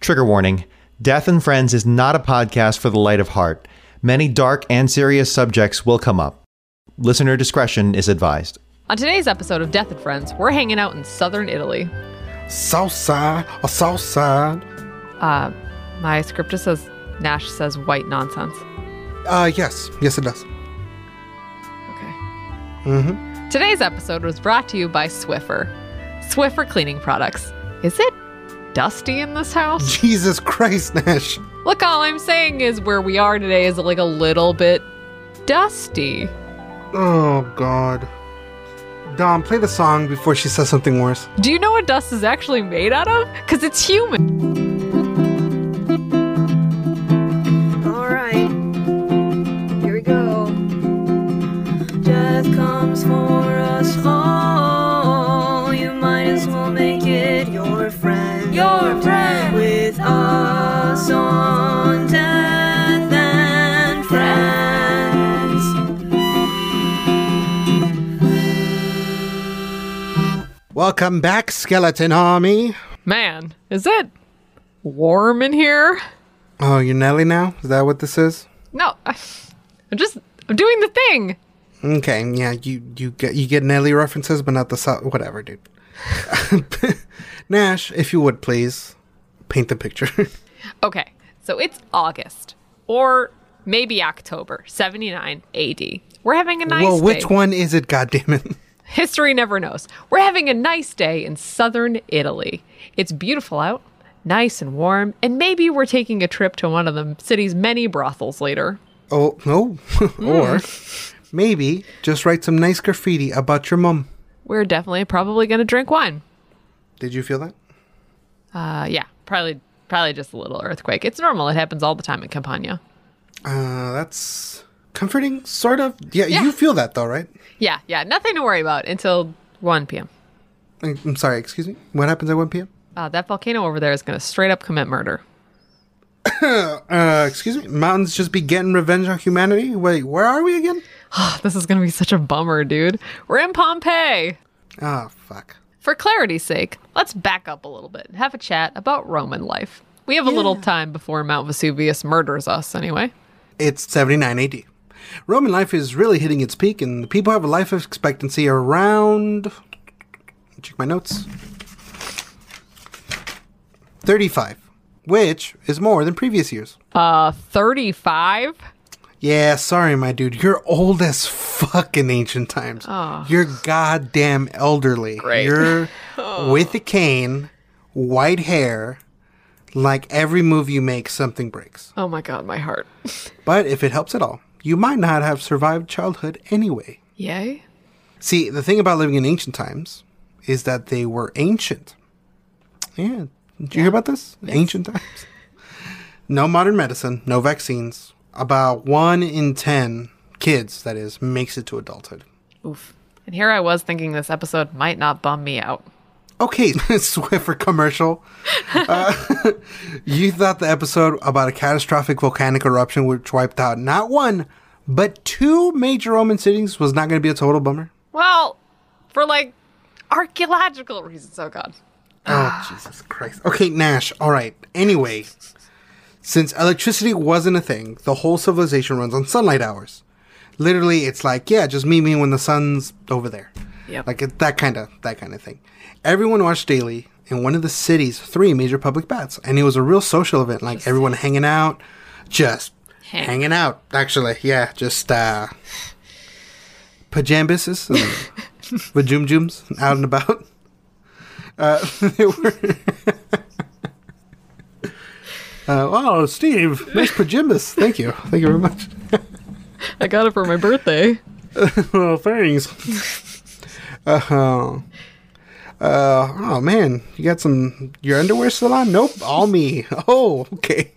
Trigger warning Death and Friends is not a podcast for the light of heart. Many dark and serious subjects will come up. Listener discretion is advised. On today's episode of Death and Friends, we're hanging out in southern Italy. South side, a south side. Uh, my scripter says Nash says white nonsense. Uh, yes, yes, it does. Okay. Mm-hmm. Today's episode was brought to you by Swiffer. Swiffer cleaning products. Is it dusty in this house? Jesus Christ, Nash. Look, all I'm saying is where we are today is like a little bit dusty. Oh God. Dom, play the song before she says something worse. Do you know what dust is actually made out of? Because it's human. All right, here we go. Death comes for us all. You might as well make it your friend. Your friend with us on death and friends. Welcome back, Skeleton Army. Man, is it warm in here? Oh, you're Nelly now? Is that what this is? No, I- I'm just I'm doing the thing. Okay, yeah, you you get you get Nelly references, but not the south. Whatever, dude. Nash, if you would please paint the picture. Okay, so it's August or maybe October, 79 AD. We're having a nice well, day. which one is it? God damn it! History never knows. We're having a nice day in southern Italy. It's beautiful out, nice and warm, and maybe we're taking a trip to one of the city's many brothels later. Oh no, or maybe just write some nice graffiti about your mom. We're definitely probably going to drink wine. Did you feel that? Uh, yeah, probably probably just a little earthquake. It's normal. It happens all the time in Campania. Uh, that's comforting, sort of. Yeah, Yeah. you feel that though, right? Yeah, yeah, nothing to worry about until 1 p.m. I- I'm sorry. Excuse me. What happens at 1 p.m.? Uh, that volcano over there is going to straight up commit murder. Uh, excuse me. Mountains just be getting revenge on humanity. Wait, where are we again? This is going to be such a bummer, dude. We're in Pompeii. Ah, fuck. For clarity's sake, let's back up a little bit and have a chat about Roman life. We have a little time before Mount Vesuvius murders us, anyway. It's 79 AD. Roman life is really hitting its peak, and the people have a life expectancy around. Check my notes. 35, which is more than previous years. Uh, 35? Yeah, sorry, my dude. You're old as fuck in ancient times. You're goddamn elderly. Great. You're with a cane, white hair. Like every move you make, something breaks. Oh my god, my heart. But if it helps at all, you might not have survived childhood anyway. Yay? See, the thing about living in ancient times is that they were ancient. Yeah. Did you hear about this? Ancient times. No modern medicine, no vaccines. About one in 10 kids, that is, makes it to adulthood. Oof. And here I was thinking this episode might not bum me out. Okay, Swiffer commercial. Uh, you thought the episode about a catastrophic volcanic eruption which wiped out not one, but two major Roman cities was not going to be a total bummer? Well, for like archaeological reasons, oh god. Ah. Oh, Jesus Christ. Okay, Nash. All right. Anyway, since electricity wasn't a thing, the whole civilization runs on sunlight hours. Literally, it's like, yeah, just meet me when the sun's over there. Yep. Like it, that kind of that kind of thing. Everyone watched daily in one of the city's three major public baths, and it was a real social event. Like everyone hanging out, just Hang- hanging out. Actually, yeah, just uh, pajambises, and vajumjums, out and about. Uh, they were. Uh, oh, Steve, nice pajimbas. Thank you. Thank you very much. I got it for my birthday. Oh, thanks. uh-huh. Uh, oh man, you got some your underwear still on? Nope, all me. Oh, okay.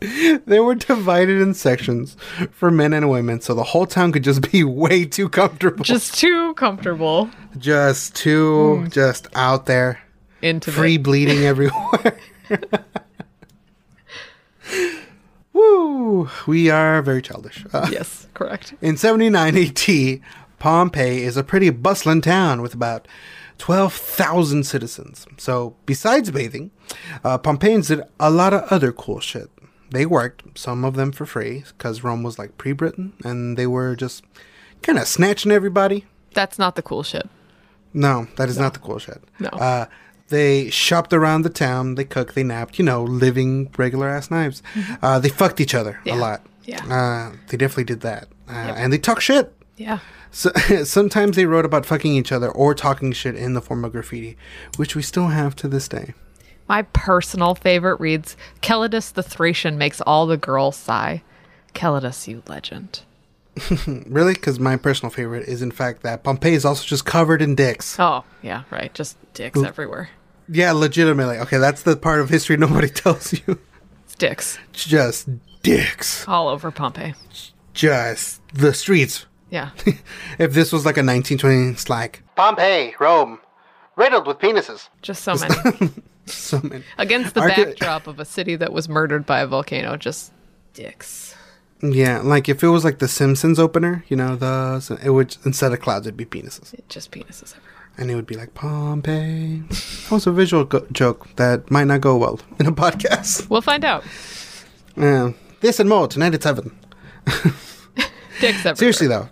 they were divided in sections for men and women, so the whole town could just be way too comfortable. Just, Just too comfortable too, just out there, into free the bleeding everywhere. Woo! We are very childish. Uh, Yes, correct. in 79 AD, Pompeii is a pretty bustling town with about 12,000 citizens. So, besides bathing, uh, Pompeians did a lot of other cool shit. They worked, some of them for free, because Rome was like pre Britain, and they were just kind of snatching everybody. That's not the cool shit. No, that is not the cool shit. No. Uh, they shopped around the town. They cooked. They napped. You know, living regular ass knives. Uh, they fucked each other Mm-hmm. Yeah. a lot. Yeah. Uh, they definitely did that. Uh, And they talk shit. Yeah. So, sometimes they wrote about fucking each other or talking shit in the form of graffiti, which we still have to this day. My personal favorite reads Calidus the Thracian makes all the girls sigh. Calidus, you legend. Really? Because my personal favorite is, in fact, that Pompeii is also just covered in dicks. Oh, yeah, right. Just dicks everywhere. Yeah, legitimately. Okay, that's the part of history nobody tells you. It's dicks Just dicks. all over Pompeii. Just the streets Yeah. if this was like a 1920s like Pompeii, Rome, riddled with penises. Just so many. So many. Against the Archa- backdrop of a city that was murdered by a volcano. Just dicks. Yeah, like if it was like the Simpsons opener, you know, the so it would instead of clouds it'd be penises, Just penises everywhere. and it would be like Pompeii. That was a visual go- joke that might not go well in a podcast. We'll find out. Yeah, this and more tonight at seven. Dicks everywhere. Seriously though.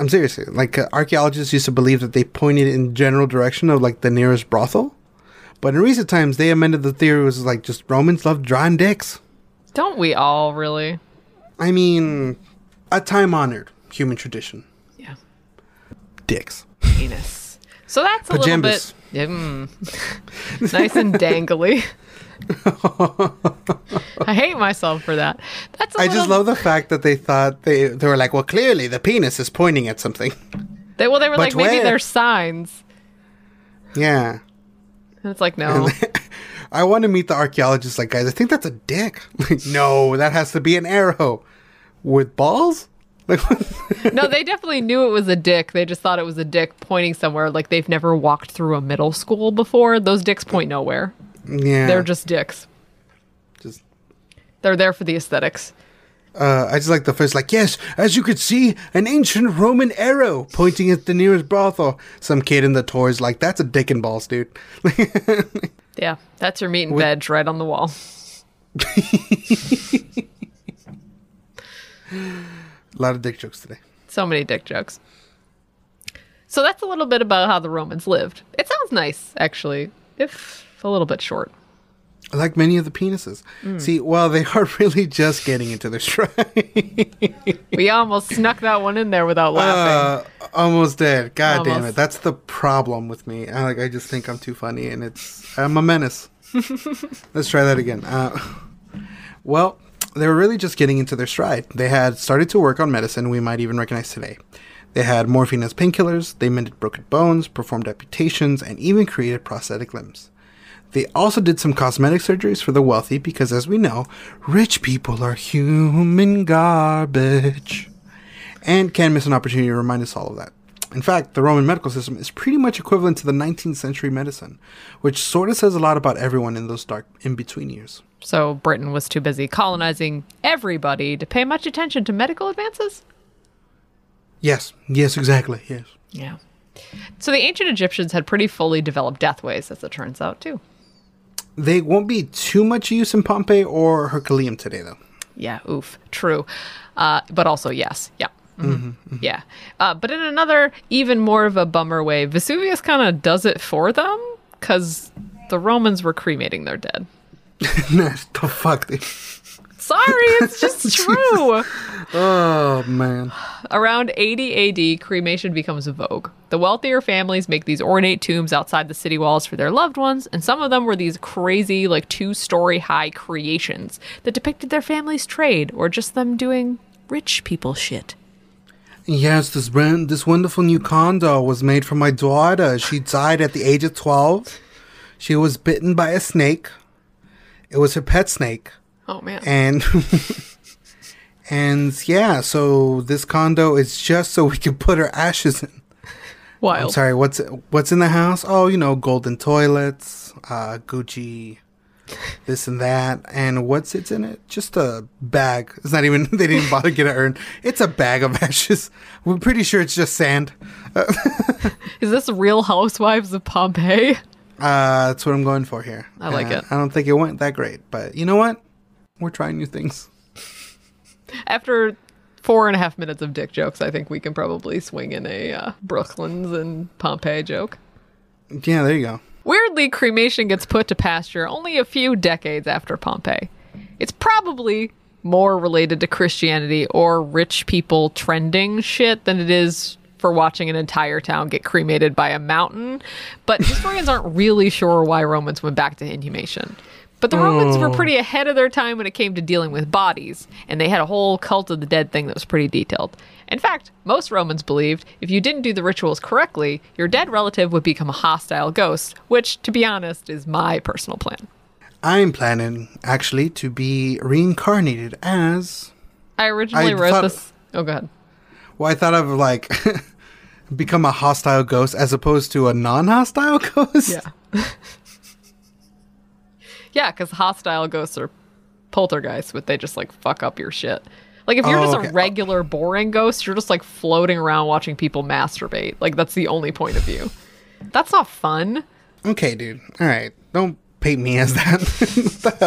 I'm seriously like uh, archaeologists used to believe that they pointed in general direction of like the nearest brothel, but in recent times they amended the theory was like just Romans loved drawing dicks. Don't we all really? I mean, a time honored human tradition. Yeah. Dicks. Penis. So that's a Pajambas. little bit mm, nice and dangly. I hate myself for that. That's a I just little- love the fact that they thought they they were like, well, clearly the penis is pointing at something. They, well, they were like, maybe where? they're signs. Yeah. And it's like, no. I want to meet the archaeologists. Like, guys, I think that's a dick. Like, no, that has to be an arrow with balls. Like, no, they definitely knew it was a dick. They just thought it was a dick pointing somewhere. Like they've never walked through a middle school before. Those dicks point nowhere. yeah, They're just dicks. just. They're there for the aesthetics. Uh, I just like the first, like, yes, as you could see, an ancient Roman arrow pointing at the nearest brothel. Some kid in the tour is like, that's a dick and balls, dude. Yeah, that's your meat and veg right on the wall. a lot of dick jokes today. So many dick jokes. So that's a little bit about how the Romans lived. It sounds nice, actually, if a little bit short. like many of the penises. See, well, they are really just getting into their stride. We almost snuck that one in there without laughing. Uh, almost dead. God damn Almost. it. That's the problem with me. I, like, I just think I'm too funny, and it's I'm a menace. Let's try that again. Uh, well, they were really just getting into their stride. They had started to work on medicine we might even recognize today. They had morphine as painkillers. They mended broken bones, performed amputations, and even created prosthetic limbs. They also did some cosmetic surgeries for the wealthy because, as we know, rich people are human garbage and can miss an opportunity to remind us all of that. In fact, the Roman medical system is pretty much equivalent to the 19th century medicine, which sort of says a lot about everyone in those dark in between years. so Britain was too busy colonizing everybody to pay much attention to medical advances? Yes, yes, exactly, yes. Yeah. So the ancient Egyptians had pretty fully developed deathways, as it turns out, too. They won't be too much use in Pompeii or Herculaneum today, though. Yeah, oof, true. Uh, but also, yes, yeah. mhm, Yeah. Uh, but in another, even more of a bummer way, Vesuvius kind of does it for them because the Romans were cremating their dead. the fuck? They- Sorry, it's just true. oh, man. Around 80 AD, cremation becomes a vogue. The wealthier families make these ornate tombs outside the city walls for their loved ones, and some of them were these crazy, like two story high creations that depicted their family's trade or just them doing rich people shit. Yes, this brand, this wonderful new condo was made for my daughter. She died at the age of 12. She was bitten by a snake. It was her pet snake. Oh, man. and and yeah, so this condo is just so we can put her ashes in. Wild. I'm sorry, what's what's in the house? Oh, you know, golden toilets, uh, Gucci this and that. And what's it's in it? Just a bag. It's not even, they didn't bother to get an urn. It's a bag of ashes. We're pretty sure it's just sand. Is this Real Housewives of Pompeii? Uh, that's what I'm going for here. I like And it. I don't think it went that great, but you know what? We're trying new things. After four and a half minutes of dick jokes, I think we can probably swing in a uh, Brooklyn's and Pompeii joke. Yeah, there you go. Weirdly, cremation gets put to pasture only a few decades after Pompeii. It's probably more related to Christianity or rich people trending shit than it is for watching an entire town get cremated by a mountain. But historians aren't really sure why Romans went back to inhumation. But the Romans Hmm. were pretty ahead of their time when it came to dealing with bodies, and they had a whole cult of the dead thing that was pretty detailed. In fact, most Romans believed if you didn't do the rituals correctly, your dead relative would become a hostile ghost, which, to be honest, is my personal plan. I'm planning actually to be reincarnated as. I originally I wrote thought- this. Oh, God. Well, I thought of like become a hostile ghost as opposed to a non-hostile ghost. Yeah. yeah, because hostile ghosts are poltergeists, but they just like fuck up your shit. Like if you're Oh, just okay. a regular boring ghost, you're just like floating around watching people masturbate. Like that's the only point of view. That's not fun. Okay, dude. All right. Don't paint me as that. What the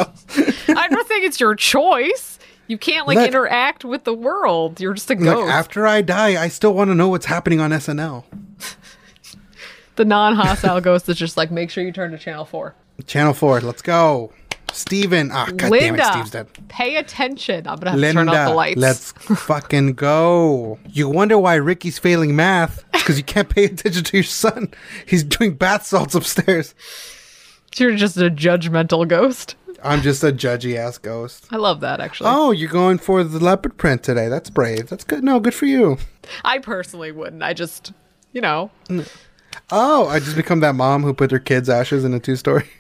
hell? I'm not saying it's your choice. You can't like Look- interact with the world. You're just a Like, ghost. after I die, I still want to know what's happening on SNL. the non-hostile ghost is just like make sure you turn to channel 4. Channel Four. Let's go, Steven. Ah, God damn it, Steve's Linda, dead. pay attention. I'm going to have to turn off the Linda, lights. let's fucking go. You wonder why Ricky's failing math because you can't pay attention to your son. He's doing bath salts upstairs. You're just a judgmental ghost. I'm just a judgy ass ghost. I love that actually. Oh, you're going for the leopard print today. That's brave. That's good. No, good for you. I personally wouldn't. I just, you know, Oh, I just become that mom who put their kids' ashes in a two story.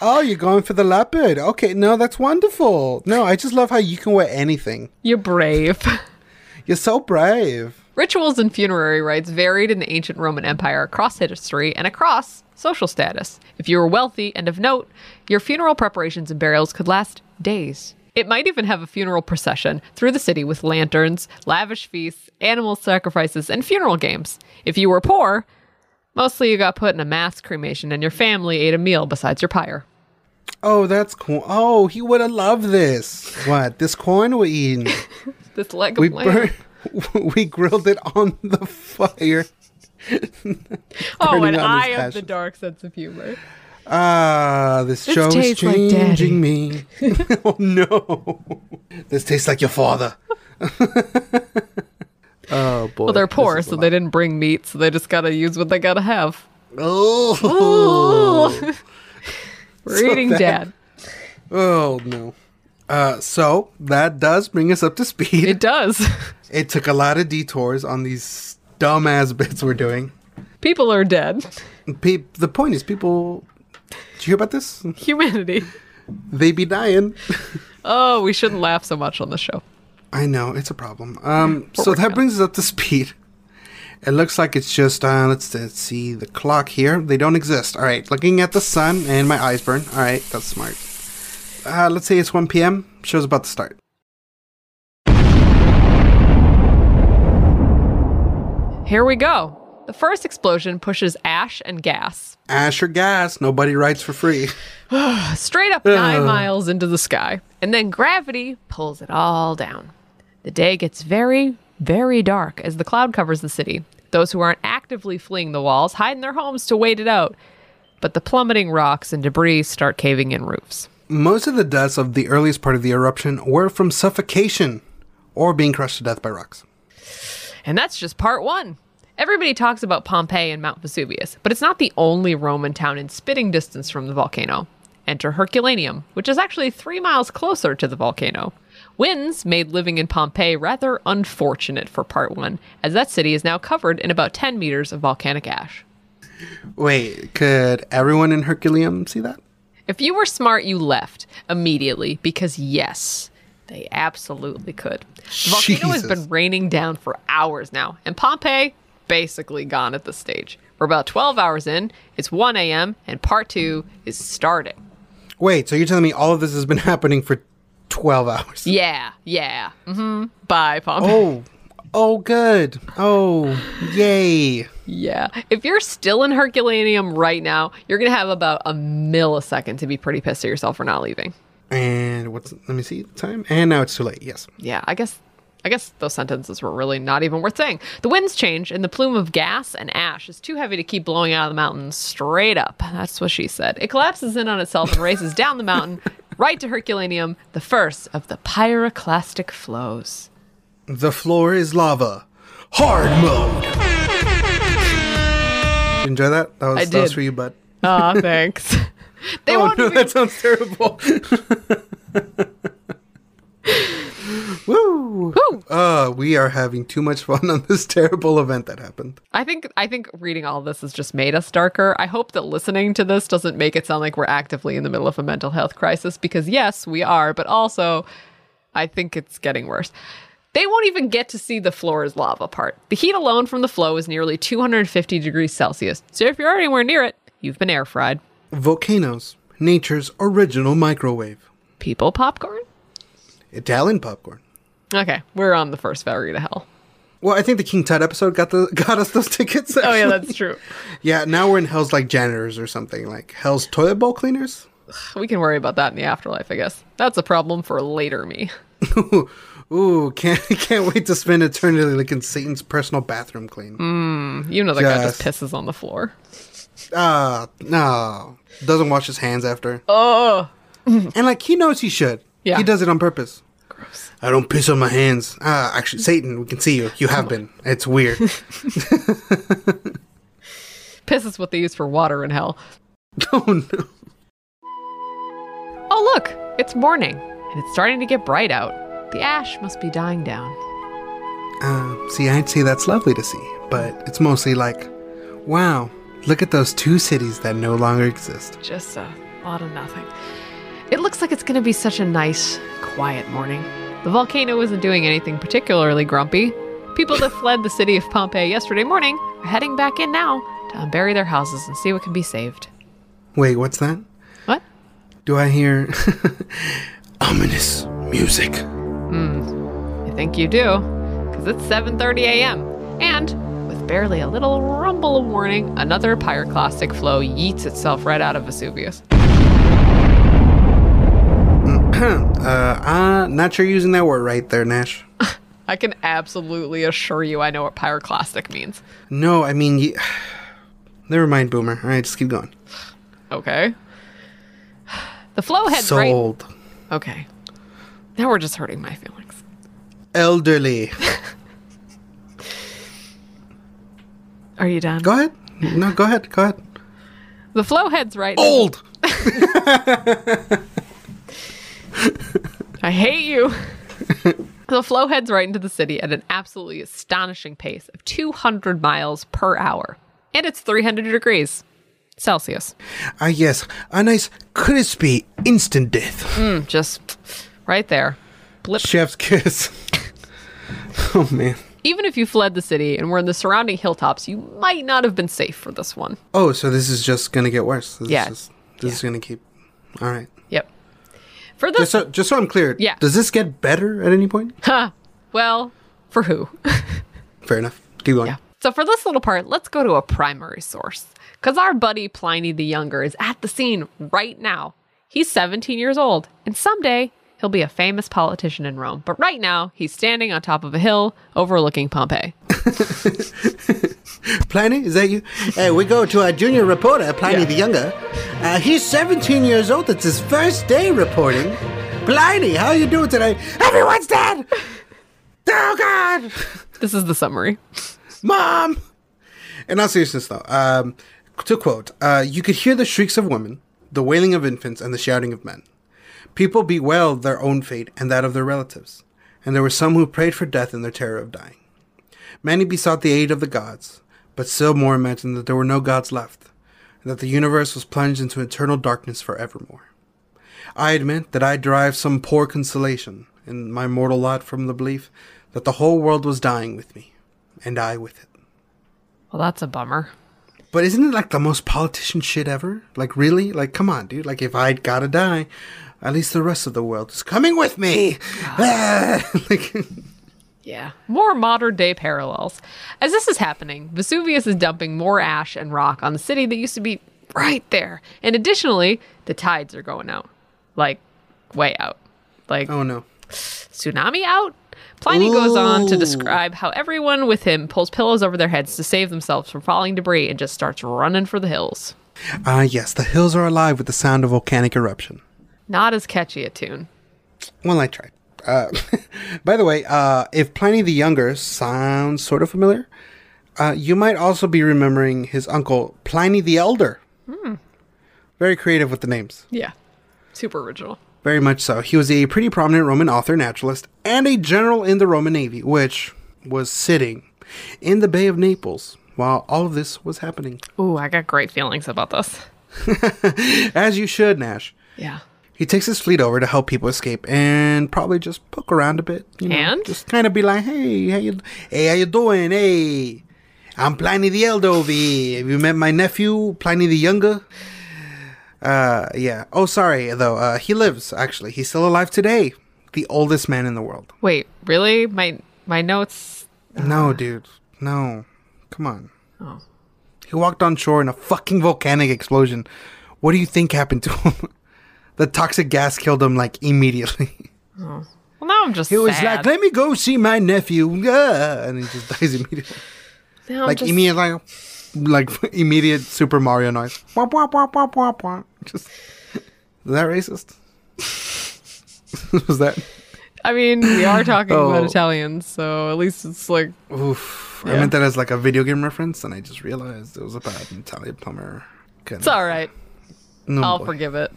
Oh, you're going for the leopard. Okay, no, that's wonderful. No, I just love how you can wear anything. you're brave. You're so brave. Rituals and funerary rites varied in the ancient Roman Empire across history and across social status. If you were wealthy and of note, your funeral preparations and burials could last days. It might even have a funeral procession through the city with lanterns, lavish feasts, animal sacrifices, and funeral games. If you were poor, mostly you got put in a mass cremation and your family ate a meal besides your pyre. Oh, that's cool. Oh, he would have loved this. What? This corn we're eating. This leg of We lamb. burned. We grilled it on the fire. oh, burning and out I his have the ashes. dark sense of humor. Ah, this, This show is tastes like changing daddy. me. oh no! This tastes like your father. oh boy! Well, they're this poor, is a so lot. they didn't bring meat, so they just gotta use what they gotta have. Oh, We're So eating that- dad. oh no. Uh, so that does bring us up to speed. It It, does. took a lot of detours on these dumbass bits we're doing. People are dead. Pe- the point is, people. Did you hear about this? Humanity. They be dying. Oh, we shouldn't laugh so much on the show. I know it's a problem. Um, so working on that brings us up to speed. It looks like it's just uh, let's, let's see the clock here. They don't exist. All right, looking at the sun and my eyes burn. All right, that's smart. Uh, let's say it's 1 p.m. Show's about to start. Here we go. The first explosion pushes ash and gas Ash or gas? Nobody rides for free. straight up nine miles into the sky, and then gravity pulls it all down. The day gets very, very dark as the cloud covers the city. Those who aren't actively fleeing the walls hide in their homes to wait it out, but the plummeting rocks and debris start caving in roofs. Most of the deaths of the earliest part of the eruption were from suffocation or being crushed to death by rocks. And that's just part one. Everybody talks about Pompeii and Mount Vesuvius, but it's not the only Roman town in spitting distance from the volcano. Enter Herculaneum, which is actually three miles closer to the volcano. Winds made living in Pompeii rather unfortunate for part one, as that city is now covered in about 10 meters of volcanic ash. Wait, could everyone in Herculaneum see that? If you were smart, you left immediately because yes, they absolutely could. The volcano has Jesus. been raining down for hours now, and Pompeii basically gone at this stage. We're about 12 hours in, it's 1 a.m., and part two is starting. Wait, so you're telling me all of this has been happening for 12 hours? Yeah, yeah. hmm Bye, Pompey. Oh, oh, good. Oh, yay. Yeah. If you're still in Herculaneum right now, you're going to have about a millisecond to be pretty pissed at yourself for not leaving. And what's, let me see the time. And now it's too late. Yes. Yeah, I guess I guess those sentences were really not even worth saying. The winds change and the plume of gas and ash is too heavy to keep blowing out of the mountain straight up. That's what she said. It collapses in on itself and races down the mountain right to Herculaneum, the first of the pyroclastic flows. The floor is lava. Hard mode. Enjoy that? That was, I That was did. for you, bud. Ah, thanks. They Oh, won't no, even that sounds terrible. Woo! Woo. Uh, we are having too much fun on this terrible event that happened. I think I think reading all this has just made us darker. I hope that listening to this doesn't make it sound like we're actively in the middle of a mental health crisis because yes, we are, but also I think it's getting worse. They won't even get to see the floor is lava part. The heat alone from the flow is nearly 250 degrees Celsius. So if you're anywhere near it, you've been air fried. Volcanoes, nature's original microwave. People popcorn? Italian popcorn. Okay, we're on the first ferry to hell. Well, I think the King Tut episode got the got us those tickets. Oh yeah, actually. that's true. yeah. Now we're in Hell's like janitors or something like Hell's toilet bowl cleaners. We can worry about that in the afterlife, I guess. That's a problem for later me. Ooh, can't can't wait to spend eternity looking Satan's personal bathroom clean. Mm. You know that guy just Yes. pisses on the floor. Ah, no, doesn't wash his hands after. Oh, And like he knows he should. Yeah. He does it on purpose. gross. I don't piss on my hands. Ah, actually, Satan, we can see you. You have been. It's weird. Piss is what they use for water in hell. oh no. Oh, look, it's morning, and it's starting to get bright out. The ash must be dying down. Uh, see, I'd say that's lovely to see, but it's mostly like, wow, look at those two cities that no longer exist. Just a lot of nothing. It looks like it's going to be such a nice, quiet morning. The volcano isn't doing anything particularly grumpy. People that fled the city of Pompeii yesterday morning are heading back in now to unbury their houses and see what can be saved. Wait, what's that? What? Do I hear ominous music? I think you do, because it's 7:30 a.m. and with barely a little rumble of warning, another pyroclastic flow yeets itself right out of Vesuvius. Uh, uh, not sure you're using that word right there, Nash. I can absolutely assure you I know what pyroclastic means. No, I mean, y never mind, Boomer. All right, just keep going. Okay. The flow heads right. Sold. Okay. Now we're just hurting my feelings. Elderly. Are you done? Go ahead. No, go ahead. Go ahead. The flow heads right. Old. I hate you. the flow heads right into the city at an absolutely astonishing pace of 200 miles per hour. And it's 300 degrees Celsius. Ah, yes. A nice, crispy, instant death. Mm, Just right there. Blip. Chef's kiss. oh, man. Even if you fled the city and were in the surrounding hilltops, you might not have been safe for this one. Oh, so this is just going to get worse. This Yeah. Is just, this is going to keep. All right. Yep. For Just this, so, just so I'm clear. Yeah. Does this get better at any point? well, for who? Fair enough. Keep going. Yeah. So for this little part, let's go to a primary source. Because our buddy Pliny the Younger is at the scene right now. He's 17 years old, and someday he'll be a famous politician in Rome. But right now, he's standing on top of a hill overlooking Pompeii. Pliny, is that you? Hey, we go to our junior reporter, Pliny the Younger. Uh, he's 17 years old. It's his first day reporting. Pliny, how you doing today? Everyone's dead! Oh, God! This is the summary. Mom! In all seriousness, though, um, to quote, uh, you could hear the shrieks of women, the wailing of infants, and the shouting of men. People bewailed their own fate and that of their relatives, and there were some who prayed for death in their terror of dying. Many besought the aid of the gods, but still more imagined that there were no gods left, and that the universe was plunged into eternal darkness forevermore. I admit that I derived some poor consolation in my mortal lot from the belief that the whole world was dying with me, and I with it. Well, that's a bummer. But isn't it like the most politician shit ever? Like really? Like come on, dude. Like if I'd gotta die, at least the rest of the world is coming with me. Ah, like Yeah. More modern day parallels. As this is happening, Vesuvius is dumping more ash and rock on the city that used to be right there. And additionally, the tides are going out. Like, way out. Like, oh no. tsunami out? Pliny goes on to Ooh. describe how everyone with him pulls pillows over their heads to save themselves from falling debris and just starts running for the hills. Ah yes, the hills are alive with the sound of volcanic eruption. Not as catchy a tune. Well, I tried. Uh, by the way, uh, if Pliny the Younger sounds sort of familiar, uh, you might also be remembering his uncle Pliny the Elder. Very creative with the names. Yeah. Super original. Very much so. He was a pretty prominent Roman author, naturalist, and a general in the Roman navy, which was sitting in the Bay of Naples while all of this was happening. Ooh, I got great feelings about this. As you should, Nash. Yeah. He takes his fleet over to help people escape and probably just poke around a bit. You know, And? just kind of be like, hey, how you, hey, how you doing? Hey, I'm Pliny the Elder over here. Have you met my nephew, Pliny the Younger? Uh, yeah. Oh, sorry though. Uh, he lives actually. He's still alive today. The oldest man in the world. Wait, really? My my notes No, dude. No. Come on. Oh. He walked on shore in a fucking volcanic explosion. What do you think happened to him? the toxic gas killed him like immediately. Well, now I'm just. He was sad. like, "Let me go see my nephew," yeah, and he just dies immediately. Now I'm like just- immediate, like, like immediate Super Mario noise. Wah, wah, wah, wah, wah, wah. Just is that racist? was that? I mean, we are talking about Oh. Italians, so at least it's like. Oof! I Yeah. meant that as like a video game reference, and I just realized it was about an Italian plumber. Goodness. It's all right. No, I'll Oh, boy. forgive it.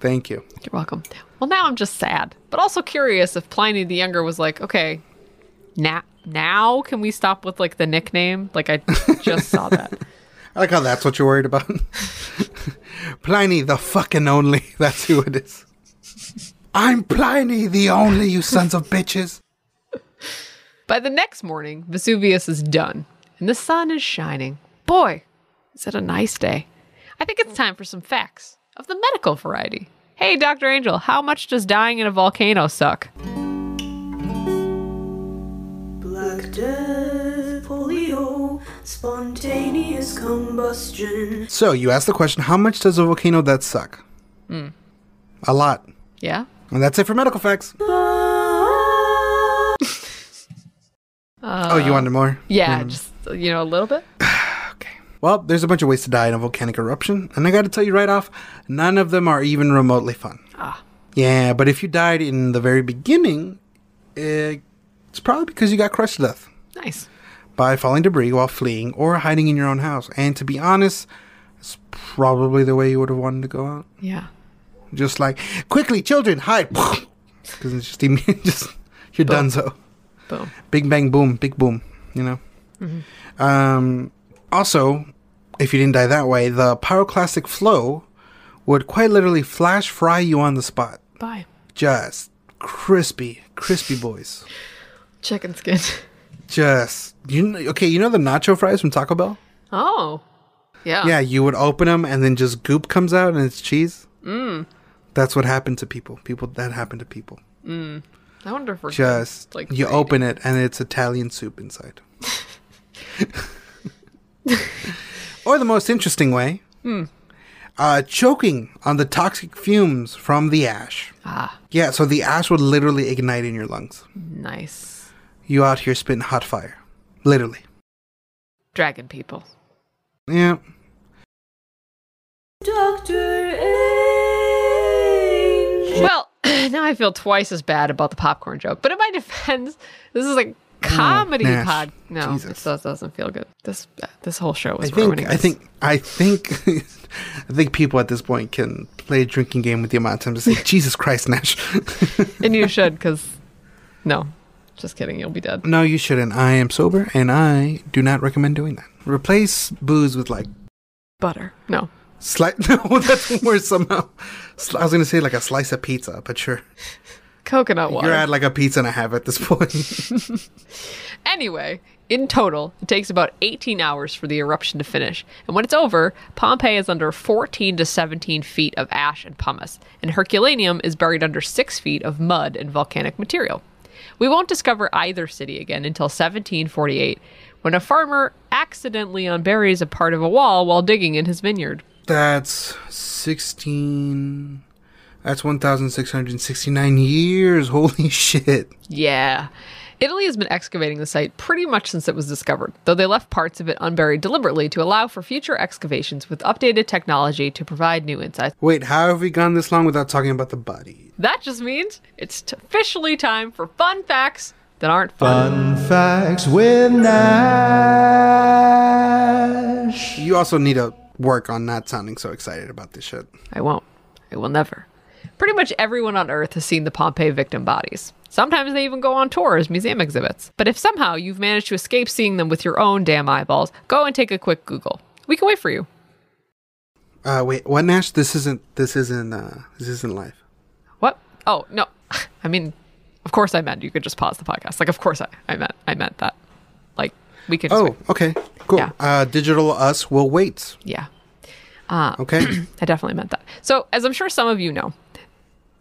Thank you. You're welcome. Well, now I'm just sad, but also curious if Pliny the Younger was like, okay, now now can we stop with like the nickname? Like I just saw that. I like how that's what you're worried about. Pliny the fucking only. That's who it is. I'm Pliny the only, you sons of bitches. By the next morning, Vesuvius is done, and the sun is shining. Boy, is it a nice day. I think it's time for some facts of the medical variety. Hey, Dr. Angel, how much does dying in a volcano suck? Black death, polio, spontaneous combustion. So you asked the question, how much does a volcano that suck? Hmm. A lot. Yeah? And that's it for medical facts. Ah, oh, you wanted more? Uh, Yeah, just, you know, a little bit. Well, there's a bunch of ways to die in a volcanic eruption, and I gotta tell you right off, none of them are even remotely fun. Ah. Yeah, but if you died in the very beginning, eh, it's probably because you got crushed to death. Nice. by falling debris while fleeing or hiding in your own house. And to be honest, it's probably the way you would have wanted to go out. Yeah. Just like, quickly, children, hide. Because it's just, immediate, just you're done so. Boom. Big bang, boom, big boom, you know? Um, also, if you didn't die that way, the pyroclastic flow would quite literally flash fry you on the spot. Bye. Just crispy, crispy boys. Chicken skin. Just, you know, okay, you know the nacho fries from Taco Bell? Oh. Yeah. Yeah, you would open them and then just goop comes out and it's cheese. Mm. That's what happened to people. People that happened to people. I wonder if we're Just like you creating- open it and it's Italian soup inside. or the most interesting way, uh, choking on the toxic fumes from the ash. Ah, Yeah, so the ash would literally ignite in your lungs. nice. You out here spitting hot fire, literally. Dragon people. Yeah. Dr. Angel. Well, now I feel twice as bad about the popcorn joke. But in my defense, this is a comedy Nash. pod. No, it Jesus. does, doesn't feel good. This this whole show I was think ruining I us. think I think I think people at this point can play a drinking game with the amount of time to say Jesus Christ, Nash. and you should because no, just kidding. You'll be dead. no, you shouldn't. I am sober, and I do not recommend doing that. Replace booze with like Butter. No. slice. No, that's worse somehow. Sli- I was gonna say like a slice of pizza, but sure, Coconut water. you're at like a pizza and a half at this point. Anyway, In total, it takes about 18 hours for the eruption to finish, and when it's over, Pompeii is under 14 to 17 feet of ash and pumice, and Herculaneum is buried under 6 feet of mud and volcanic material. We won't discover either city again until 1748, when a farmer accidentally unburies a part of a wall while digging in his vineyard. That's 16. That's 1,669 years. Holy shit. Yeah. Italy has been excavating the site pretty much since it was discovered, though they left parts of it unburied deliberately to allow for future excavations with updated technology to provide new insights. Wait, how have we gone this long without talking about the body? That just means it's t- officially time for fun facts that aren't fun. Fun facts with Nash. You also need to work on not sounding so excited about this shit. I won't. I will never. Pretty much everyone on Earth has seen the Pompeii victim bodies. Sometimes they even go on tour as museum exhibits. But if somehow you've managed to escape seeing them with your own damn eyeballs, go and take a quick Google. We can wait for you. Uh, wait, what, Nash? This isn't, this isn't, uh, this isn't live. What? Oh no, I mean, of course I meant you could just pause the podcast. Like, of course I, I meant, I meant that. Like, we could. Just Oh, wait. okay. Cool. Yeah. Uh, digital us will wait. yeah, Okay. I definitely meant that. So, as I'm sure some of you know,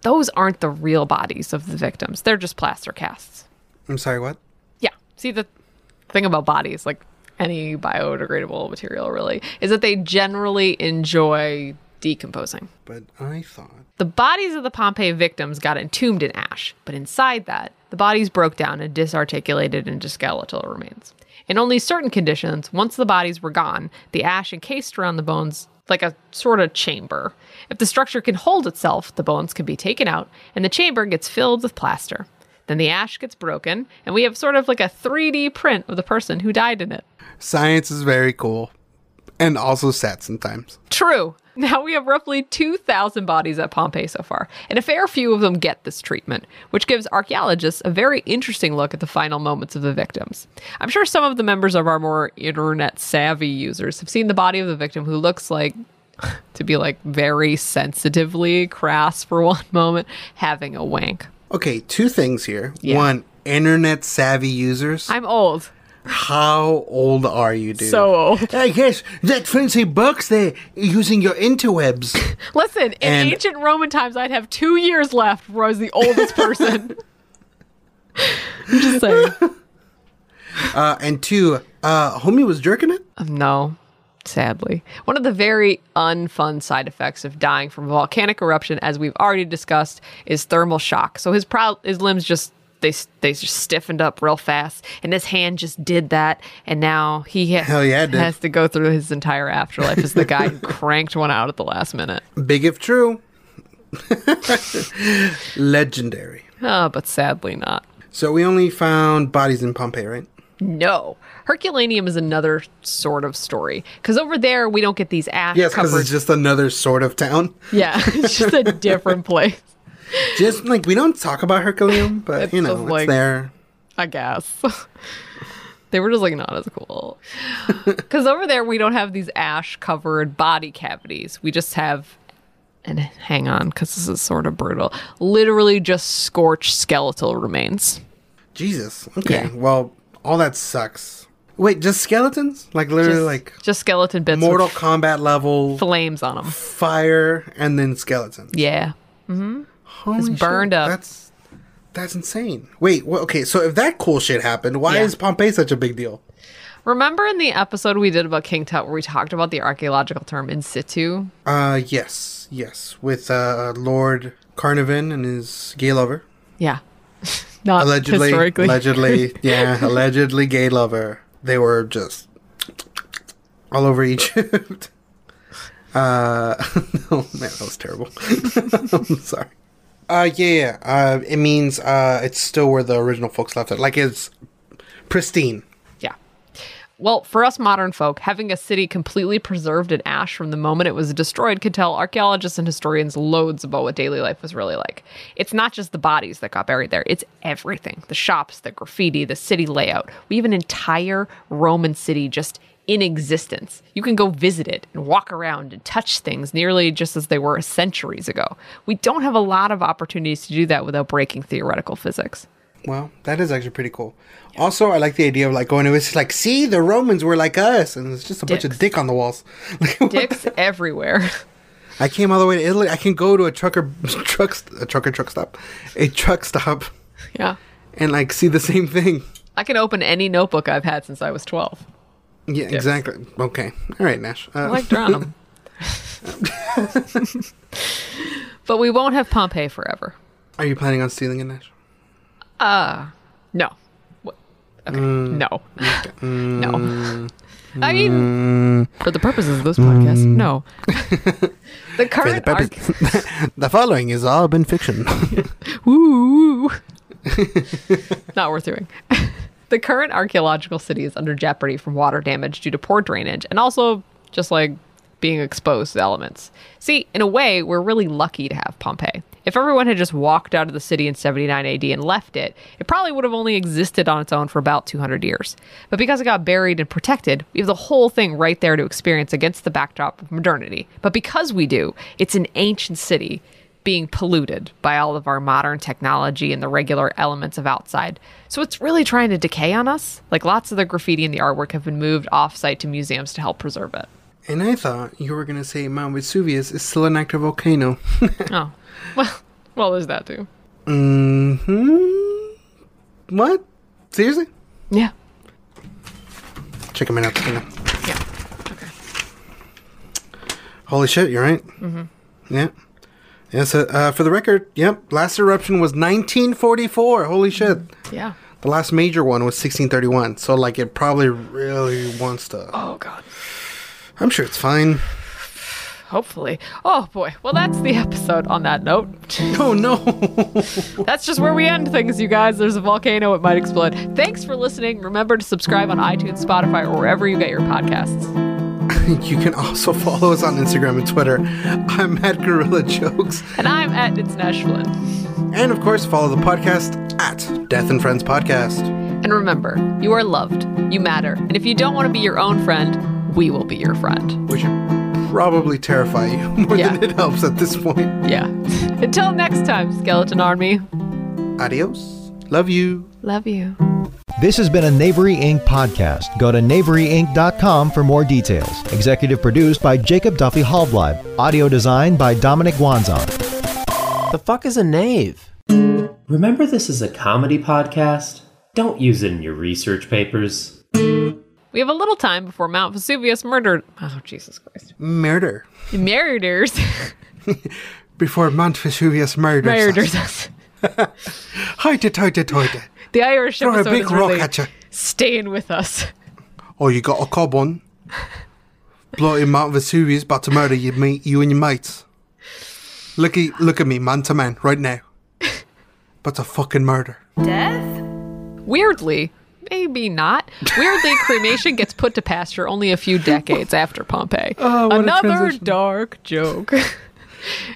those aren't the real bodies of the victims. They're just plaster casts. I'm sorry, what? Yeah. See, the thing about bodies, like any biodegradable material, really, is that they generally enjoy decomposing. But I thought. The bodies of the Pompeii victims got entombed in ash, but inside that, the bodies broke down and disarticulated into skeletal remains. In only certain conditions, once the bodies were gone, the ash encased around the bones like a sort of chamber. If the structure can hold itself, the bones can be taken out, and the chamber gets filled with plaster. Then the ash gets broken, and we have sort of like a 3D print of the person who died in it. Science is very cool and also sad sometimes. True. Now we have roughly 2,000 bodies at Pompeii so far, and a fair few of them get this treatment, which gives archaeologists a very interesting look at the final moments of the victims. I'm sure some of the members of our more internet savvy users have seen the body of the victim who looks like, to be like very sensitively crass for one moment, having a wank. Okay, two things here. Yeah. One, internet savvy users. I'm old. How old are you, dude? So old. I guess that fancy box there using your interwebs. Listen, in And- ancient Roman times, I'd have two years left where I was the oldest person. I'm just saying. uh, and two, uh, homie was jerking it. No, sadly. One of the very unfun side effects of dying from a volcanic eruption, as we've already discussed, is thermal shock. So his prow- his limbs just they they just stiffened up real fast, and his hand just did that, and now he ha- Hell yeah, it did. has to go through his entire afterlife as the guy who cranked one out at the last minute. Big if true. Legendary. Oh, but sadly not. So we only found bodies in Pompeii, right? No. Herculaneum is another sort of story. Because over there, we don't get these ash Yes, because covered. it's just another sort of town. yeah, it's just a different place. Just like we don't talk about Herculaneum, but you It's know, just it's like- there. I guess. they were just like not as cool. Because over there, we don't have these ash covered body cavities. We just have, and hang on, because this is sort of brutal, literally just scorched skeletal remains. Jesus. Okay. Yeah. Well, all that sucks. Wait, just skeletons? Like literally, Just, like just skeleton bits Mortal Mortal Kombat level flames on them. fire, and then skeletons. Yeah. Holy burned up. That's that's insane. Wait, wha- okay. So if that cool shit happened, why Yeah. is Pompeii such a big deal? Remember in the episode we did about King Tut where we talked about the archaeological term in situ? Uh, yes, yes, with uh Lord Carnivan and his gay lover, Yeah. Not allegedly, historically. allegedly, yeah, allegedly gay lover. They were just all over Egypt. Uh, oh man, that was terrible. I'm sorry. Uh, yeah, yeah. Uh, it means uh, it's still where the original folks left it. Like it's pristine. Yeah. Well, for us modern folk, having a city completely preserved in ash from the moment it was destroyed could tell archaeologists and historians loads about what daily life was really like. It's not just the bodies that got buried there, it's everything the shops, the graffiti, the city layout. We have an entire Roman city just in existence. You can go visit it and walk around and touch things nearly just as they were centuries ago. We don't have a lot of opportunities to do that without breaking theoretical physics. Well, that is actually pretty cool. Also, I like the idea of like going to it's like, see, the Romans were like us, and it's just a bunch of Dicks. dick on the walls. Like, what Dicks everywhere. the- I came all the way to Italy. I can go to a trucker truck st- a trucker truck stop, a truck stop, yeah. and like see the same thing. I can open any notebook I've had since I was 12. Yeah, exactly. Okay, all right, Nash. Uh, I like drawing 'em. but we won't have Pompeii forever. Are you planning on stealing it, Nash? No. What? Okay. No. no. I mean, for the purposes of this podcast, no. the current purpose- arc. The following is all been fiction. Woo. Not worth doing. the current archaeological city is under jeopardy from water damage due to poor drainage and also just like being exposed to elements. See, in a way, we're really lucky to have Pompeii. If everyone had just walked out of the city in 79 AD and left it, it probably would have only existed on its own for about 200 years. But because it got buried and protected, we have the whole thing right there to experience against the backdrop of modernity. But because we do, it's an ancient city being polluted by all of our modern technology and the regular elements of outside. So it's really trying to decay on us. Like lots of the graffiti and the artwork have been moved off site to museums to help preserve it. and I thought you were gonna say Mount Vesuvius is still an active volcano. Oh. Well well there's that too. hmm. What? Seriously? Yeah. Check him out. check 'em out. Yeah. Holy shit, you're right. Mm-hmm. Yeah. Yeah, so, uh, for the record, yep, last eruption was 1944. Holy shit. Yeah. The last major one was 1631. So, like, it probably really wants to. Oh god. I'm sure it's fine. Hopefully. Oh boy. Well that's the episode on that note. Oh, no. That's just where we end things, you guys. There's a volcano, it might explode. Thanks for listening. Remember to subscribe on iTunes, Spotify, or wherever you get your podcasts. you can also follow us on Instagram and Twitter. I'm at Gorilla Jokes. And I'm at It's Nash Flynn. And, of course, follow the podcast at Death and Friends Podcast. And remember, you are loved, you matter, and if you don't want to be your own friend, we will be your friend. which should probably terrify you more Yeah. than it helps at this point. Yeah. Until next time, Skeleton Army. Adios. Love you. Love you. This has been a Knavery Inc. podcast. Go to knaveryinc.com for more details. Executive produced by Jacob Duffy Hallblad. Audio design by Dominic Wanzon. The fuck is a knave? Remember, this is a comedy podcast? Don't use it in your research papers. We have a little time before Mount Vesuvius murdered. Oh, Jesus Christ. Murder. Murders. Before Mount Vesuvius murders us. Murders us. Hoity toity toity. The Irish Throw a episode big is rock really at you. staying with us. Oh, you got a cob on. Bloody Mount Vesuvius about to murder you, mate, you and your mates. Look at, look at me, man to man, right now. But to fucking murder. Death? Weirdly, maybe not. Weirdly, cremation gets put to pasture only a few decades after Pompeii. Oh, what a Another transition. dark joke.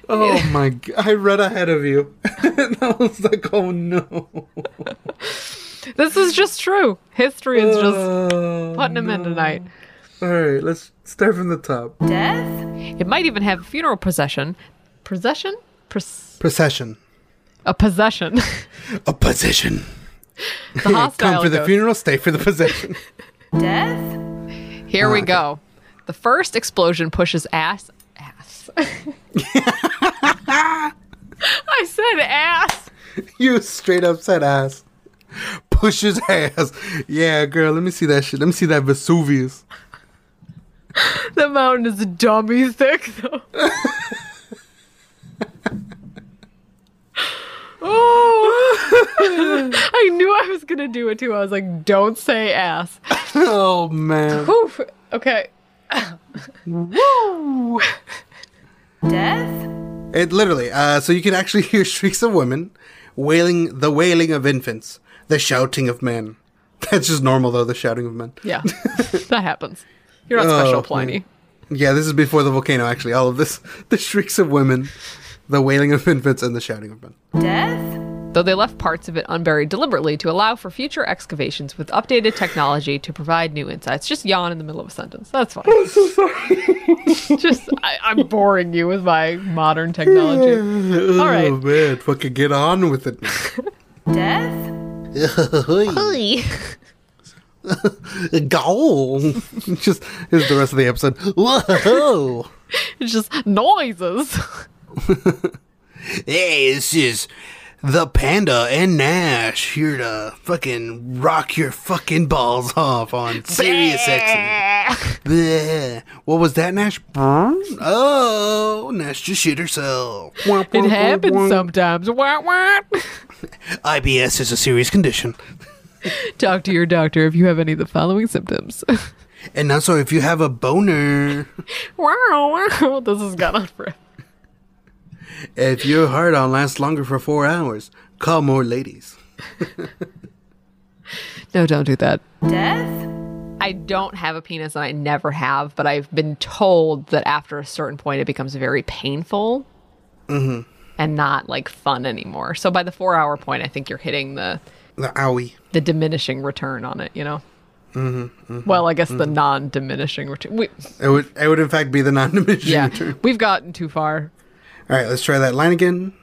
Oh my god, I read ahead of you. and I was like, oh no. this is just true. History is just Oh, putting him in tonight. Alright, let's start from the top. Death? It might even have a funeral procession. Procession? Pres- Procession. a possession. A possession. the Come hostile for the ghost. funeral, stay for the possession. Death? Here Ah, we go. The first explosion pushes ass. Ass. I said ass. you straight up said ass. Push his ass. Yeah, girl, let me see that shit. Let me see that Vesuvius. The mountain is dummy thick, though. oh. I knew I was going to do it too. I was like, don't say ass. Oh, man. Oof. Okay. Death? It literally, uh, so you can actually hear shrieks of women, wailing, the wailing of infants, the shouting of men. That's just normal, though, the shouting of men. Yeah, that happens. You're not Oh, special, man. Pliny. Yeah, this is before the volcano, actually. All of this. The shrieks of women, the wailing of infants, and the shouting of men. Death? Though they left parts of it unburied deliberately to allow for future excavations with updated technology to provide new insights. Just yawn in the middle of a sentence. That's fine. I'm so sorry. Just, I, I'm boring you with my modern technology. All right. Oh, man. Fucking get on with it. Death? Goal. Just is the rest of the episode. Whoa. It's just noises. Hey, this is the Panda and Nash here to fucking rock your fucking balls off on Serious XM. Bleh. What was that, Nash? Oh, Nash just shit herself. It happens sometimes. Wah, wah. IBS is a serious condition. Talk to your doctor if you have any of the following symptoms. And also, if you have a boner, wow, wow. This has gone on forever. if your hard on lasts longer for four hours, call more ladies. No, don't do that. death, I don't have a penis and I never have, but I've been told that after a certain point it becomes very painful and not like fun anymore. So by the four hour point, I think you're hitting the, The owie. the diminishing return on it, you know? well, I guess the non diminishing return. We, It would, it would in fact be the non-diminishing yeah, return. we've gotten too far. All right, let's try that line again.